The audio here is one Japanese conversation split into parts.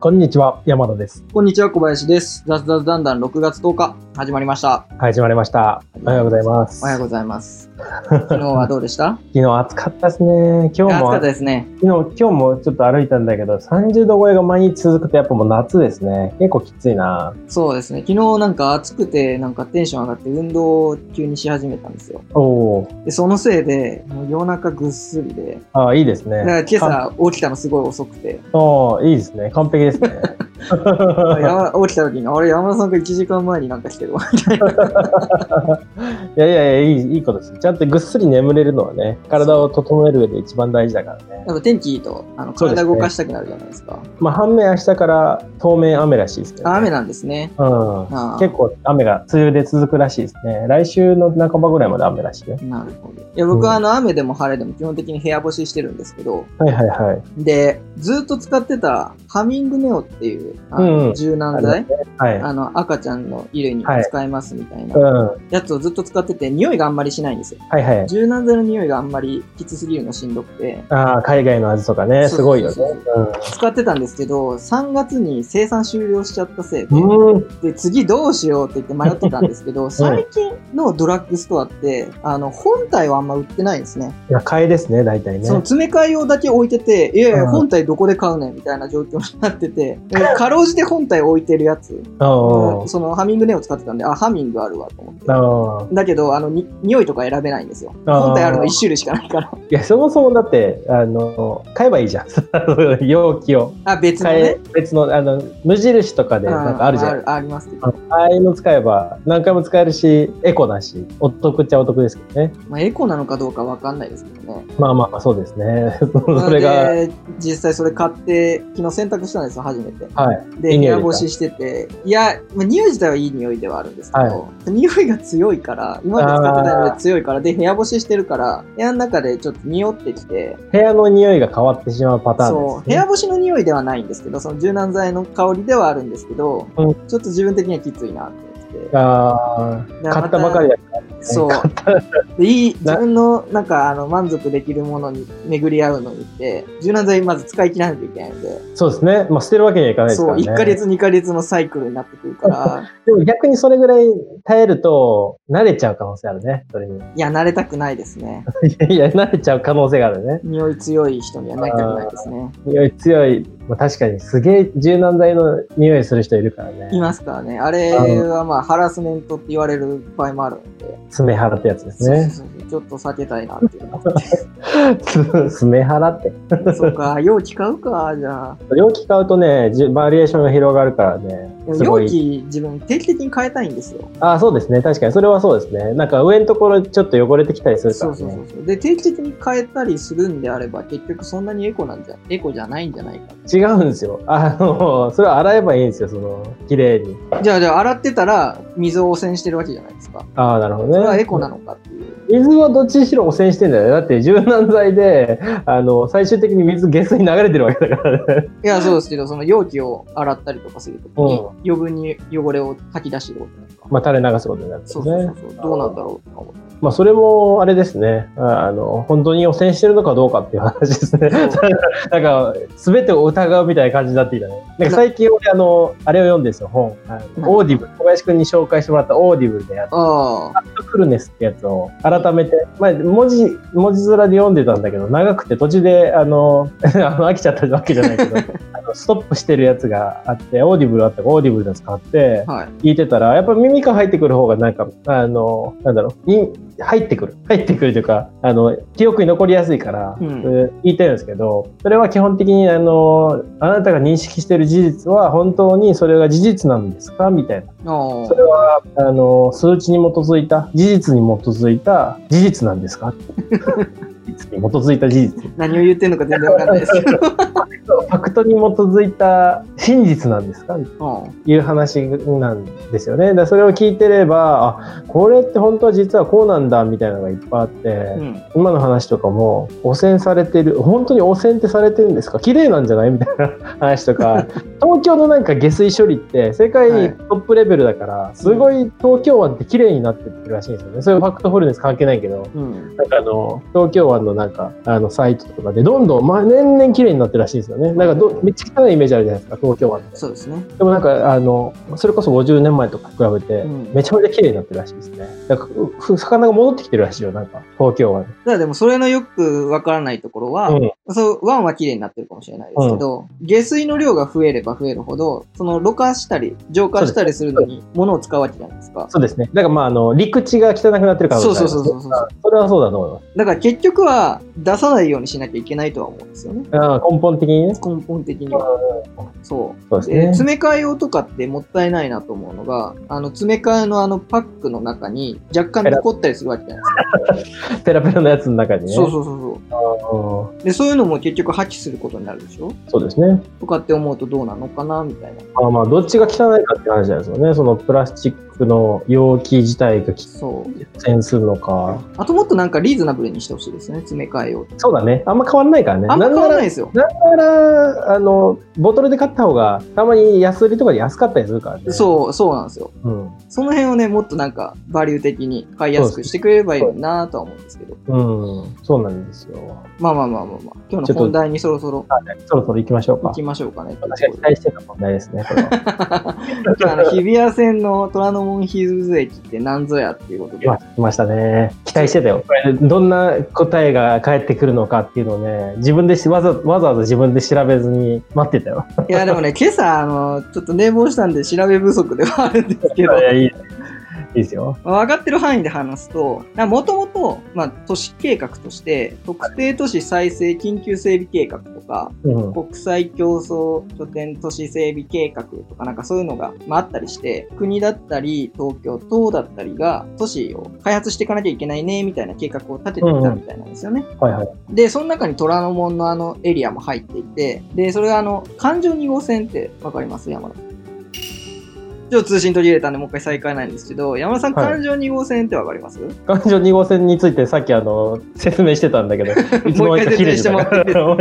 こんにちは、山田です。こんにちは、小林です。雑雑だんだん6月10日、始まりましはた。い、始まりました。おはようございます。おはようございます。昨日はどうでした昨日暑かったですね。今日暑も、かった 昨ですね。日、今日もちょっと歩いたんだけど、30度超えが毎日続くとやっぱもう夏ですね。結構きついな。そうですね。昨日なんか暑くて、なんかテンション上がって運動を急にし始めたんですよ。おー、で、そのせいで、もう夜中ぐっすりで、あーいいですね。だから今かん。朝起きたのすごい遅く て、おー、いいですね。完璧です ね。山起きた時に、あれ、山田さんが1時間前になんか来てる わ。 いやいやいや、いい、いいことです。ちゃんとぐっすり眠れるのはね、体を整える上で一番大事だからねや。っぱ天気いいと、あのそうです体ね動かしたくなるじゃないですか。まあ、反面明日から当面雨らしいですけど、あね。雨なんですね。うん。あー結構雨が梅雨で続くらしいですね。来週の半ばぐらいまで雨らしいよ。なるほど。いや、僕はあの、雨でも晴れでも基本的に部屋干ししてるんですけど、はいはいはい。で、ずっと使ってたハミングネオっていうあうんうのん柔軟あり剤、はい。あの赤ちゃんの衣類にもはい使えますみたいなうん。はやつをずっと使ってて、匂いがあんまりしないんですよ。いはい。柔軟剤の匂いがあんまりきつすぎるのしんどくて、ああ、海外の味とかね、すそうそごういそようねそう。使ってたんですけど、3月に生産終了しちゃったせいう、でん。うん。で次どうしようって言って迷ってたんですけど、最近のドラッグストアって、あの、本体はあんま売ってないんですね。夜会ですね、大体ねそ。の詰め替え用だけ置いてて、いやいや、うん本体どこで買うねんみたいな状況になってて、でかろうじて本体置いてるやつ、あそのハミングネオ使ってたんで、あ、ハミングあるわと思って。あ。ああ。だけど、あの、に匂いとか選べないんですよ。あー本体あるの1種類しかな いかいら。や、そもそもだって、あの、買えばいいじゃん。 容器を。あ、別の買えね。、別の、あの、無印とかで、うなんかあるじゃん。あありますけど。ああいうの使えば、何回も使えるし、エコだし、お得っちゃお得ですけどね。まあ、エコなのかどうかわかんないですけどね。まあまあ、そうですね。 それなが、ので実際それ買って、昨日洗濯したんですよ、初めて。はい。いで、い部匂い屋干ししてて、いや、まあ、匂い自体はいい匂いではあるんですけど、は匂いが強いから、今まで使ってたので強いから、で、部屋干ししてるから、部屋の中でちょっと匂ってきて、部屋の匂いが変わってしまうパターンです、ね。そう、部屋干しの匂いではないんですけど、その柔軟剤の香りではあるんですけど、うんちょっと自分的にはきついなって思って。あーで買ったばかりだから、ね、そう。でいい、 自分の、なんか、あの、満足できるものに巡り合うのにって、柔軟剤まず使い切らないといけないんで、そうですね、まあ、捨てるわけにはいかないですかそらう、ね1ヶ月、2ヶ月のサイクルになってくるから、でも逆にそれぐらい耐えると慣れちゃう可能性あるねそれにいいや、慣れたくないですね。 やいや慣れちゃう可能性があるね匂い強い人にはなりたくないですね。匂い強い、まあ、確かにすげえ柔軟剤の匂いする人いるからねいますからね。あれはまあハラスメントって言われる場合もあるんで、爪腹ってやつですねそうそうそうちょっと避けたいなっていうのが 爪腹って そうか、容器買うか、じゃあ。容器買うとねじゅバリエーションが広がるからねですもご容い器自分定期的に変えたいんですよ。ああそうですね確かにそれはそうですねなんか上のところちょっと汚れてきたりするかそらうねそうそうそう。で、定期的に変えたりするんであれば、結局そんなにエコなんじゃ、エコじゃないんじゃないか。違うんですよあのそれは洗えばいいんですよその綺麗にじゃあ、じゃあ洗ってたら水を汚染してるわけじゃないですか。ああ、なるほどね。それはエコなのかっていう。水はどっちにしろ汚染してんだよね。だって柔軟剤で、あの、最終的に水下水に流れてるわけだからね。いや、そうですけど、その容器を洗ったりとかするときにうん、余分に汚れを吐き出してるわけじゃないですか。まあ、垂れ流すことになるんですそね。うそうそうそう、どうなんだろうとか思って。まあ、それも、あれですね。ああの、本当に汚染してるのかどうかっていう話ですね。 なんか、すべてを疑うみたいな感じになってきたね。なんか最近俺、あの、あれを読んでるんですよ、本。あのオーディブル。小林くんに紹介してもらったオーディブルでやっああ、フルネスってやつを改めて、まあ、文字文字面で読んでたんだけど長くて途中であの あの飽きちゃったわけじゃないけど あのストップしてるやつがあってオーディブルあったからオーディブルの使ってはい。聞いてたらやっぱ耳から入ってくる方がなんかあのなんだろうい入ってくる入ってくるというかあの記憶に残りやすいから、うんえー言いたいんですけどそれは基本的にあのあなたが認識してる事実は本当にそれが事実なんですかみたいな。ああそれはあの数値に基づいた事実に基づいた事実なんですか事実に基づいた事実何を言ってんのか全然わかんないですけど。ファクトに基づいた真実なんですかとうんいう話なんですよねだからそれを聞いてればあこれって本当は実はこうなんだみたいなのがいっぱいあって、うん今の話とかも汚染されてる本当に汚染ってされてるんですか綺麗なんじゃないみたい な話とか東京のなんか下水処理って世界はいトップレベルだから、すごい東京湾って綺麗になってるらしいんですよねそういうファクトフルネス関係ないけどうん。なんかあの東京湾さんのなんか、あの、サイトとかで、どんどん、まあ、年々綺麗になってるらしいんですよね。なんかど、めっちゃ汚いイメージあるじゃないですか、東京湾って。そうですね。でもなんか、あの、それこそ50年前とか比べてう、ん。だめかちゃめちゃ綺麗になってるらしいですね。なんか、うふ魚が戻ってきてるらしいよ、なんか、東京湾。らでも、それのよくわからないところは、うん。そう、湾は綺麗になってるかもしれないですけど、下水の量が増えれば増えるほど、その、ろ過したり、浄化したりするのに、物を使うわけじゃないですか。そうですね。だから、まあ、あの、陸地が汚くなってるからそうそうそうそうそう。それはそうだと思います。だから結局は出さないようにしなきゃいけないとは思うんですよね。あー根本的にね。根本的には。そう。そうですでね。詰め替え用とかってもったいないなと思うのが、あの、詰め替えのあのパックの中に若干残ったりするわけじゃないで ペラペラのやつの中にね。すか。そうそうそうそうう。で、そういうのも結局破棄することになるでしょんそうですね。とかって思うとどうなのかなみたいな。まあまあ、どっちが汚いかって話じゃないですよね。そのプラスチックの容器自体が汚そう。染するのか。あともっとなんかリーズナブルにしてほしいですね、詰め替え用って。そうだね。あんま変わんないからね。あんま変わらないい。ですよ。なんなら、あの、ボトルで買った方が、たまに安売りとかで安かったりするからね。そう、そうなんですよ。う。うん。その辺をね、もっとなんか、バリュー的に買いやすくしてくれればいいのになとは思うんですけど。うん。そうなんですよ。まあまあまあまあまあ、今日の本題にそろそろそろそろ行きましょう行か。きましょうかね。私が期待してた問題ですね、これ は。今日あの日比谷線の虎ノ門ヒルズ駅って何ぞや っていうことで、今来ましたね。期待してたよ。これどんな答えが返ってくるのかっていうのをね、自分でしわざわざわざ自分で調べずに待ってたよ。いやでもね、今朝あの、ちょっと寝坊したんで調べ不足ではあるんですけど、いやいいいいですよ。まあ分かってる範囲で話すと、もともと、まあ、都市計画として、特定都市再生緊急整備計画とか、うん。国際競争拠点都市整備計画とかなんかそういうのが、まあ、あったりして、国だったり、東京都だったりが都市を開発していかなきゃいけないね、みたいな計画を立てていたみたいなんですよね。はいはい。で、その中に虎ノ門のあのエリアも入っていて、で、それがあの、環状2号線ってわかります山田。ちょっと通信途切れたんでもう一回再開なんですけど、山田さん、はい環状2号線ってわかります、環状2号線についてさっきあの説明してたんだけ ど、いもう一回説明してもらっていいですか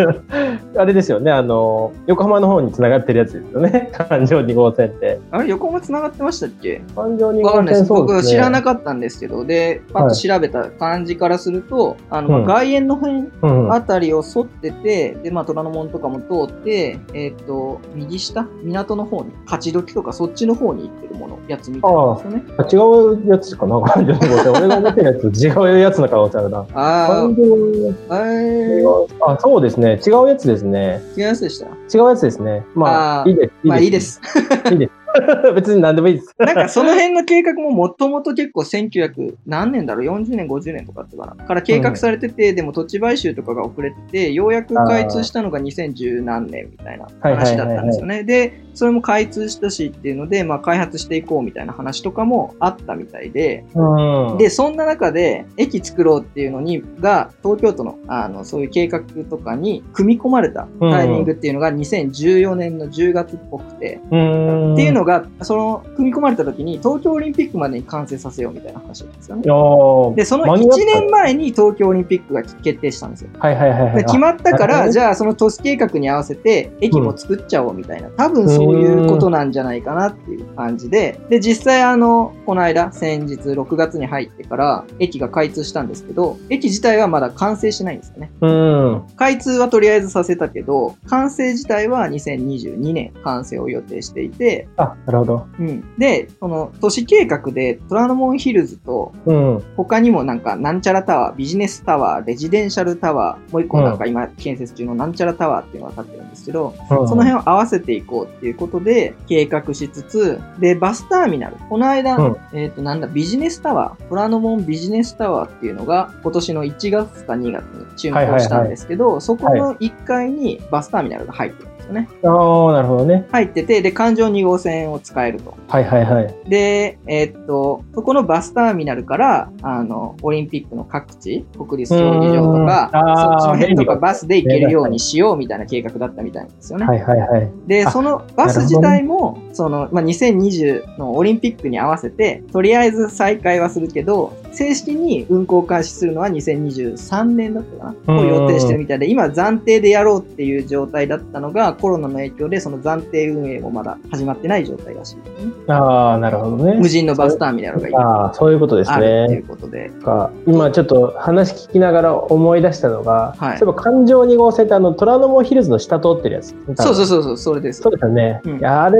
たあれですよね、あの、横浜の方に繋がってるやつですよね、環状2号線って。あれ、横も繋がってましたっけ環状2わか号んないで線す。僕知らなくかったんですけど、で、パッと調べた感じからすると、あの、まあうん外苑の辺て、うんあたりを沿ってて、で、まあ、虎ノ門とかも通って、えっ、と、右下港の方に、勝ち時とかそっちの方に行ってるもの、やつみたいなんですよね。あ違うやつかな、環状2号線。俺が思ってるやつ、違うやつの可能性あるな。あ環状2あ、あえー、号あ、そうですね、違うやつですね。違いますでした。違うやつですね。まああ、ーいいです。まあいいで。す。 別に何でもいいです。なんかその辺の計画ももともと結構1900何年だろう40年50年とかってかなから計画されてて、でも土地買収とかが遅れててようやく開通したのが2010何年みたいな話だったんですよねでそれも開通したしっていうので、まあ、開発していこうみたいな話とかもあったみたいでうんでそんな中で駅作ろうっていうのにが東京都のあのそういう計画とかに組み込まれたタイミングっていうのが2014年の10月っぽくて。うんっていうのが、その、組み込まれた時に東京オリンピックまでに完成させようみたいな話なんですよね。あーで、その間に合っ1た年前に東京オリンピックが決定したんですよ。はいはいはいはい。で決まったかなるほら、どじゃあその都市計画に合わせて駅も作っちゃおうみたいな、多分そういうことなんじゃないかなっていう感じで、で、実際あの、この間、先日6月に入ってから駅が開通したんですけど、駅自体はまだ完成してないんですよね。うん。開通はとりあえずさせたけど、完成自体は2022年完成を予定していて、あ、なるほど。うん、で、その都市計画で虎ノ門ヒルズとうん。他にもなんかなんちゃらタワー、ビジネスタワー、レジデンシャルタワー、もう一個なんか今建設中のなんちゃらタワーっていうのが立ってるんですけど、そのその辺を合わせていこうっていうことで計画しつつ、で、バスターミナル。この間、うんえっ、となんだ、ビジネスタワー、虎ノ門ビジネスタワーっていうのが今年の1月か2月に竣工したんですけど、そこの1階にバスターミナルが入ってるんですよね。ああ、なるほどね。入ってて、で、環状2号線を使えると。はいはいはい。で、えーっと、そこのバスターミナルから、あの、オリンピックの各地、国立競技場とかうんあ、ーそっちの辺と便利かだバスで行けるようにしようみたいな計画だったみたいなんですよね。はいはいはい。で、あそのバス自体も、その、まあ、2020のオリンピックに合わせて、とりあえず再開はするけど、正式に運行開始するのは2023年だったかな、うんを予定してるみたいで、今暫定でやろうっていう状態だったのが、コロナの影響でその暫定運営もまだ始まってない状態らしいですね。ああ、なるほどね。無人のバスターミナルがいっぱいああ、そういうことですあるといね。うことで。か今ちょっと話聞きながら思い出したのが、はいそういえば環状2号線ってあの虎ノ門ヒルズの下通ってるやつ。。そうそううそうそう、それですそ。うですよね、うんいやあれ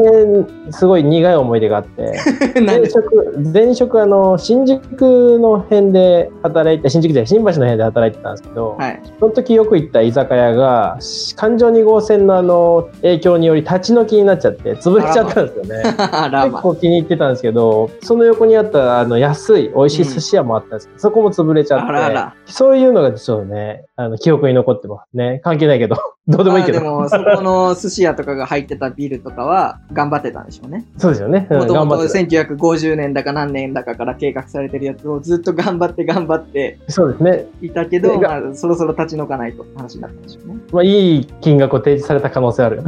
すごい苦い思い出があって なん前で職前職あの新宿の辺で働いて新宿じゃない新橋の辺で働いてたんですけど、はい。その時よく行った居酒屋がし環状2号線のあの影響により立ち退きになっちゃって潰れちゃったんですよね。 ラー結マ。構気に入ってたんですけどその横にあったあの安い美味しい寿司屋もあったんですけど、そこも潰れちゃってあらあらそういうのがちょっとねあの記憶に残ってますね関係ないけど どうでもいいけあーども、そこの寿司屋とかが入ってたビルとかは頑張ってたんでしょうね。そうですよね、うんもと頑もと張って1950年だか何年だかから計画されてるやつをずっと頑張って頑張ってそうですね、いたけど、でがまあ、そろそろ立ち退かないと話になったんでしょうね。まあ、いい金額を提示された可能性 ある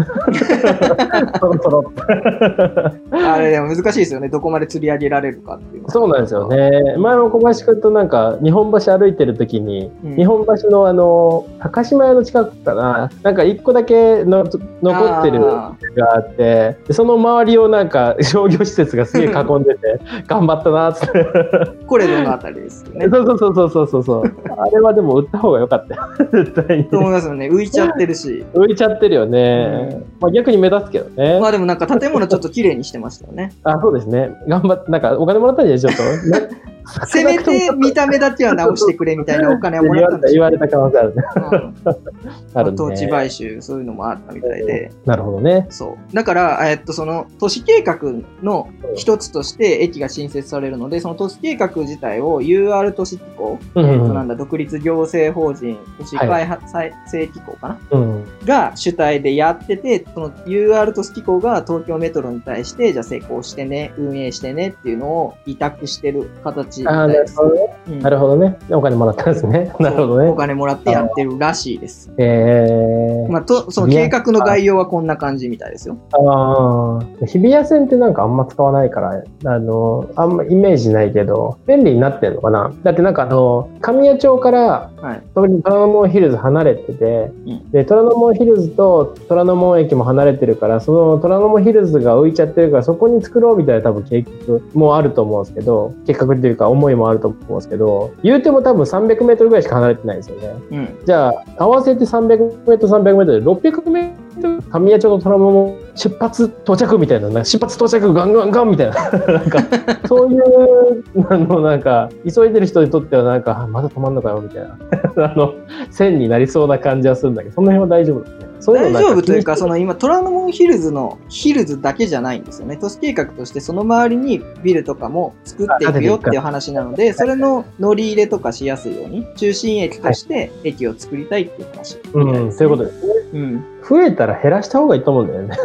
そろそろあれでも難しいですよね。どこまで釣り上げられるかっていうのは。そうなんですよね前も小林君となんか日本橋歩いてる時にうん。日本橋のあの高島屋の近くかななんか一個だけの残ってるあがあってでその周りをなんか商業施設がすげえ囲んで て頑張ったなっつって、ーコレドのあたりですよね。そうそうそうそうそうそうあれはでも売った方が良かったよ絶対にと思いますよね。浮いちゃってるし。浮いちゃってるよね、うまあ、逆に目立つけどね、まあでもなんか建物ちょっと綺麗にしてましたよね。あそうですね頑張ってなんかお金もらったんじゃないちょっとね せめて見た目だけは直してくれみたいなお金はもらったんでし言ょわうねれた可能性ある ねうんある土地ね買収、そういうのもあったみたいで、なるほどねそう。だから、えっと、その都市計画の一つとして駅が新設されるので、その都市計画自体を UR 都市機構、うんうえっとんなんだ、独立行政法人、都市開発再生機構かな、うんが主体でやってて、その UR 都市機構が東京メトロに対して、じゃあ成功してね、運営してねっていうのを委託してる形みあーたいなでるすほ。どねうんなるほどねお金もらったんです ねなるほどそうおね金もらってやってるらしいです。えー、まあ、とその計画の概要はこんな感じみたいですよ。ああ、日比谷線ってなんかあんま使わないから、あの、あんまイメージないけど、便利になってんのかなだってなんかあの、神谷町から、はい。トラノ門ヒルズ離れてて、んで、虎ノ門ヒルズと虎ノ門駅も離れてるから、その虎ノ門ヒルズが浮いちゃってるから、そこに作ろうみたいな多分計画もあると思うんですけど、計画というか思いもあると思うんですけど、言うても多分300メートルぐらいしか離れてないですよね。うん。じゃあ、合わせて300メートル、300メートルで600メートル、神谷町の虎ノ門出発到着みたいな、なんか出発到着ガンガンガンみたいな、 なんか、そういう、あの、なんか、急いでる人にとってはなんか、あまだ止まんのかよ、みたいな、 あの、線になりそうな感じはするんだけど、その辺は大丈夫ですね。そういう大のなん丈夫というか、気そにしの今、虎ノ門ヒルズのヒルズだけじゃないんですよね。都市計画として、その周りにビルとかも作っていくよっていう話なので、それの乗り入れとかしやすいように、中心駅として駅を作りたいっていう話みたいですね、うん、そういうことですね。うん。増えたら減らした方がいいと思うんだよね。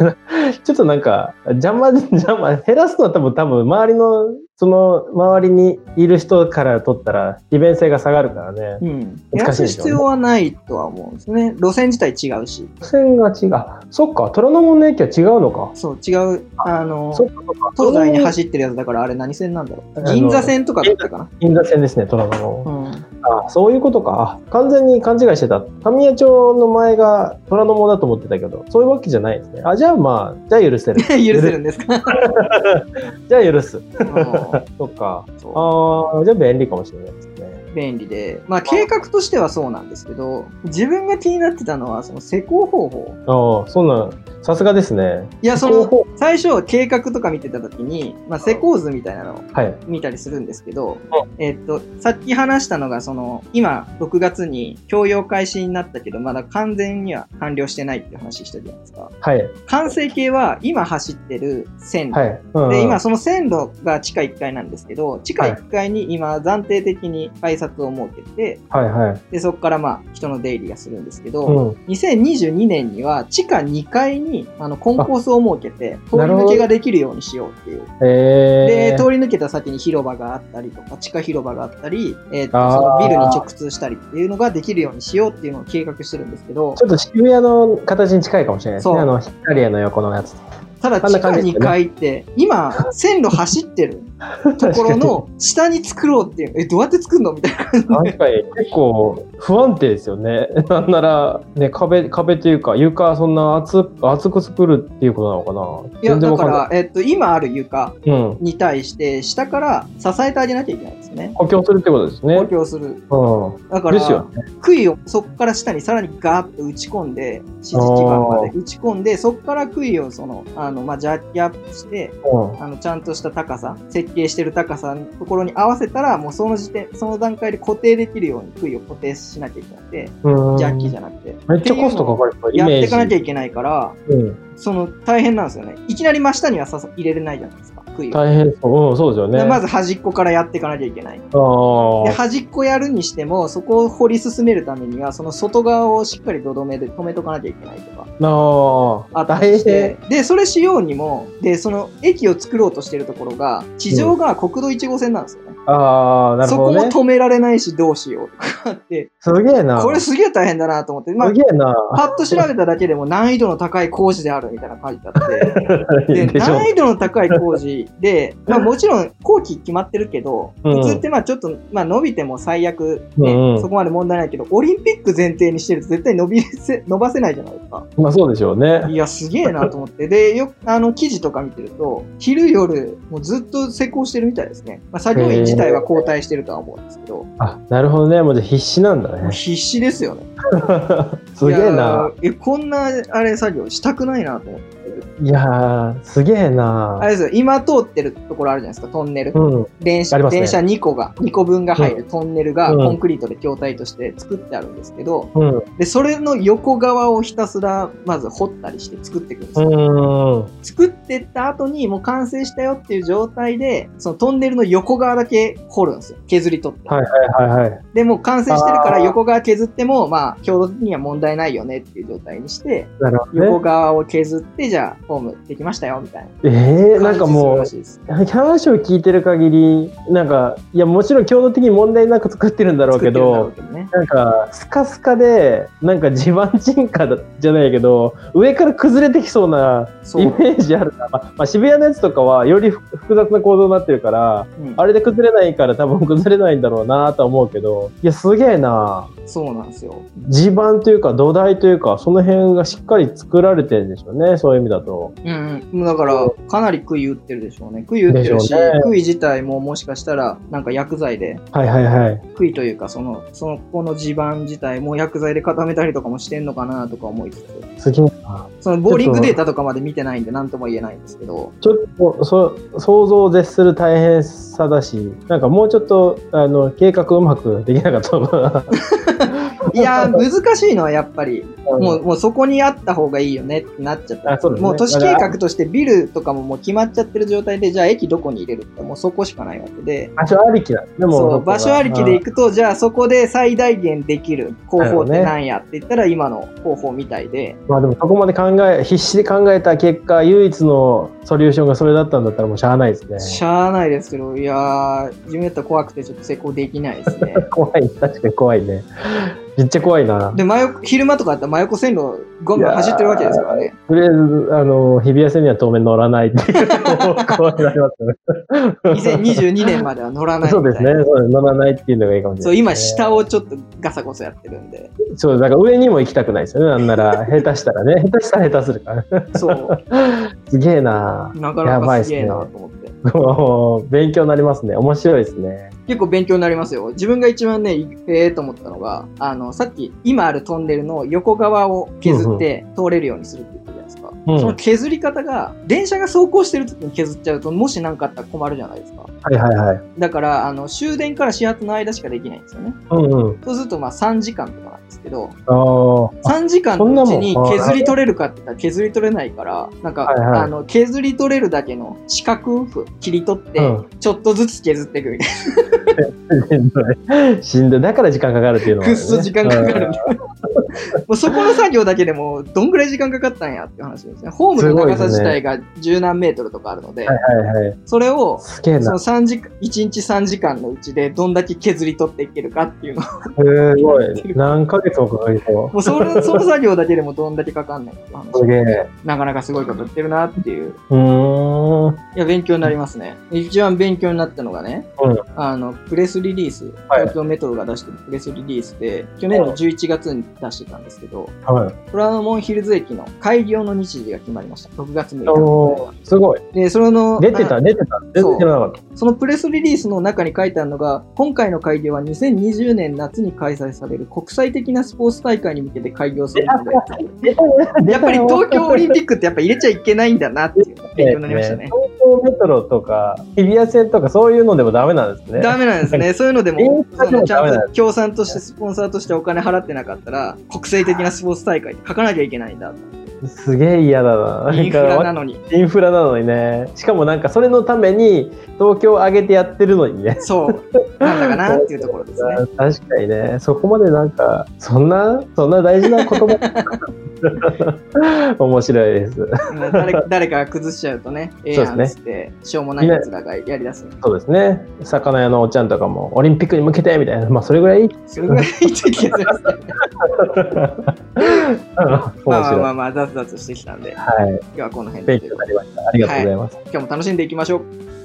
ちょっとなんか、邪魔、邪魔、減らすのは多分、多分、周りの、その、周りにいる人から取ったら、利便性が下がるからね。うん。減ら難しいすでしょうね必要はないとは思うんですね。路線自体違うし。路線が違う。あそっか、虎ノ門の駅は違うのか。そう、違う、あの、そっか、そっか。東西に走ってるやつだから、あれ何線なんだろあう。の銀座線とかだったかな。銀座線ですね、虎ノ門。うん。 。あそういうことか。あ完全に勘違いしてた。神谷町の前が虎ノ門だと思ってたけど、そういうわけじゃないですね。あ、じゃあまあ、じゃあ許せる許せるんですかじゃあ許す。うんそっか。そうああ、じゃあ便利かもしれないですね。便利で、まあ、計画としてはそうなんですけど自分が気になってたのはその施工方法ああ、そんなん、さすがですね。いやそ施工の最初計画とか見てた時に、まあ、施工図みたいなのをはい。見たりするんですけど、えっとさっき話したのがその今6月に供用開始になったけどまだ完全には完了してないっていう話したじゃないですかはい。完成形は今走ってる線路、はい。うんで今、その線路が地下1階なんですけど地下1階に今暫定的に改札を設けてはいはい。でそこからまあ人の出入りがするんですけど、うん。 2022年には地下2階にあのコンコースを設けて通りなるほど抜けができるようにしようっていう。えで、ー。通り抜けた先に広場があったりとか、地下広場があったり、えーとあーそのビルに直通したりっていうのができるようにしようっていうのを計画してるんですけどち、ょっと渋谷の形に近いかもしれないですそうね。あの、ヒカリエの横のやつ。ただあん地な下感じですね2階って、今、線路走ってると ころの下に作ろうっていう、え、どうやって作るのみたいな感じで。確かに結構不安定ですよね。 なんなら、ね、壁、壁というか、床そんな厚厚く作るっていうことなのかな。いや、だかわら、えっと、今ある床んない、うん。に対して、下から支えてあげなきゃいけないんですよね。補強するってことですね。補強する。うだかん。ですらよ、ね。杭をそこから下にさらにガーッと打ち込んで、支持基盤まで打ち込んで、そこから杭をその、あの、まあ、ジャッキアップして、うん。あの、ちゃんとした高さ、設計してる高さのところに合わせたら、もうその時点、その段階で固定できるように杭を固定しなきゃいけなくて、うんジャッキじゃなくて。めっちゃコストかかるやっていかなきゃゃいいけないから、けない。うんその大変なんですよね。いきなり真下にはさ入れれないじゃないですか、杭を。大変そう。うん、そうですよね。まず端っこからやっていかなきゃいけない。あでー端っこやるにしても、そこを掘り進めるためには、その外側をしっかり土留めで止めとかなきゃいけないとか。あああったり大し変て。で、それしようにも、で、その駅を作ろうとしてるところが、地上が国道1号線なんですよね。ああなるそほこどもね止められないし、どうしようとかあって、すげえなこれすげえ大変だなと思って、まあす、げえなパッと調べただけでも難易度の高い工事であるみたいなの書いてあっ て、ででしょ難易度の高い工事 で、まあ、もちろん工期決まってるけど、うん普通ってまあちょっと、まあ、伸びても最悪、ねうんうんそこまで問題ないけどオリンピック前提にしてると絶対伸びせ 伸ばせないじゃないですかまあそうでしょうねいやすげえなと思ってでよあの記事とか見てると昼夜もうずっと施工してるみたいですね、まあ、作業員自体は交代してるとは思うんですけど、あなるほどねもうじゃあ必死なんだもうね必死ですよねすげえいやなえこんなあれ作業したくないなと思っていやーすげえなあれですよ今通ってるところあるじゃないですかトンネル、うん電車,、ありますね電車2個が、2個分が入るトンネルがうんコンクリートで筐体として作ってあるんですけど、うんうで、それの横側をひたすらまず掘ったりして作っていくんですよ。ーん作ってった後にもう完成したよっていう状態で、そのトンネルの横側だけ掘るんですよ。削り取って。はいはいはいはいで、もう完成してるからあー横側削っても、まあ、強度的には問題ないよねっていう状態にして、なるほ横どね側を削って、じゃあ、ホームできましたよ、みたいなえー、なんかもう感じするらしいです。話を聞いてる限りなんかいやもちろん強度的に問題なく作ってるんだろうけど作ってるんだろうけどね。なんか、スカスカで、なんか地盤沈下だじゃないけど、上から崩れてきそうなそイう。メージあるな。まあまあ、渋谷のやつとかはより複複雑な構造になってるから、うんあれで崩れないから多分崩れないんだろうなとは思うけど、いや、すげえなそうなんですよ。地盤というか土台というか、その辺がしっかり作られてるんでしょうね、そういう意味だと。うんうん、だから、かなり杭打ってるでしょうね。杭打ってるし、でしょうね杭自体ももしかしたら、なんか薬剤で、はいはいはい。杭というか、その、そのこの地盤自体も薬剤で固めたりとかもしてんのかなとか思いつつ、すげえなそのボーリングデータとかまで見てないんで、なんとも言えないんですけど、ちょっとそ想像を絶する大変さだし、なんかもうちょっとあの計画うまくできなかったのかな。いやー、難しいのはやっぱり、ももう、もうそこにあった方がいいよねってなっちゃっ た。あそうですねもう都市計画としてビルとかももう決まっちゃってる状態で、じゃあ駅どこに入れるって、もうそこしかないわけで、場所ありきだ。でもそう場所ありきで行く。くとじゃあそこで最大限できる方法っなてるほどねなんやって言ったら今の方法みたいでまあでもそこまで考え、必死で考えた結果、唯一のソリューションがそれだったんだったらもうしゃあないですね。しゃあないですけどいやー自分やったら怖くてちょっと成功できないで すね怖い。確かに怖いね。めっちゃ怖いな。で真横昼間とかだったら真横線路ゴンゴン走ってるわけですからねとりあえず、あの、日比谷線には当面乗らないっていう怖いなりますね。 2022年までは乗らないみたそですいうなね。そうです乗らないっていうのがいいかもしれない、そう今下を。をちょっとガサゴサやってるんでそう、だから上にも行きたくないですよね。なんなら、下手したらね。下手したら下手するから。そうすげえななかなかすげえなと思ってもう勉強になりますね。面白いですね。結構勉強になりますよ。自分が一番ね、いええと思ったのが、あの、さっき、今あるトンネルの横側を削って通れるようにするって言ったじゃないですか。うんその削り方が、電車が走行してる時に削っちゃうと、もし何かあったら困るじゃないですか。はいはいはい。だから、あの、終電から始発の間しかできないんですよね。うんうん。そうすると、まあ3時間とかなんですけど、ああ。 3時間そんなのうもんちに削り取れるかって言ったら削り取れないから、なんか、はいはいあの、削り取れるだけの四角く切り取って、うんちょっとずつ削っていくみたい な。しんどい。しんどい。だから時間かかるっていうのもあくるよね、っ そ時間かかるみたいな。もうそこの作業だけでも、どんぐらい時間かかったんやっていう話ですね。ホームの高さ自体が十何メートルとかあるので、はいはい。それを、すげえそなの。3時間、1日3時間のうちでどんだけ削り取っていけるかっていうの。 すごい。何ヶ月もかかりそう。もうその、その作業だけでもどんだけかかんないっていう話。すげえ。なかなかすごいこと言ってるなっていう。うーん。いや、勉強になりますね。一番勉強になったのがね、うんあの、プレスリリース、はい東京メトロが出してるプレスリリースで、去年の11月に出してたんですけど、はい。プラノモンヒルズ駅の開業の日時が決まりました。6月6おーすごい。日。で、その、出てあた、出てた。出てなかった。そのプレスリリースの中に書いてあるのが、今回の会議は2020年夏に開催される国際的なスポーツ大会に向けて開業するので、やっぱり東京オリンピックってやっぱ入れちゃいけないんだなっていう勉強になりましたね。東京メトロとか、日比谷線とか、そういうのでもダメなんですね。ダメなんですね。そういうのでえ も、ーそのちゃダメなんんと協賛として、スポンサーとしてお金払ってなかったら、国際的なスポーツ大会って書かなきゃいけないんだ。すげえ嫌だな。インフラなんかなのに。インフラなのにね。しかもなんかそれのために東京を上げてやってるのにね。そう。なんだかなっていうところですね。確かにね。そこまでなんか、そんな、そんな大事な言葉。 面白いです。うん 誰誰かが崩しちゃうと ね、ええやんっつって、しょうもないやつらがやりだす。そうですね。魚屋のおっちゃんとかもオリンピックに向けてみたいな。まあそれぐらい いい。それぐらいいい気がし ますね。まあ面まあま白い。あまあ、雑々してきたんで、はい。今日はこの辺で勉強になりました。ありがとうございます。今日も楽しんでいきましょう。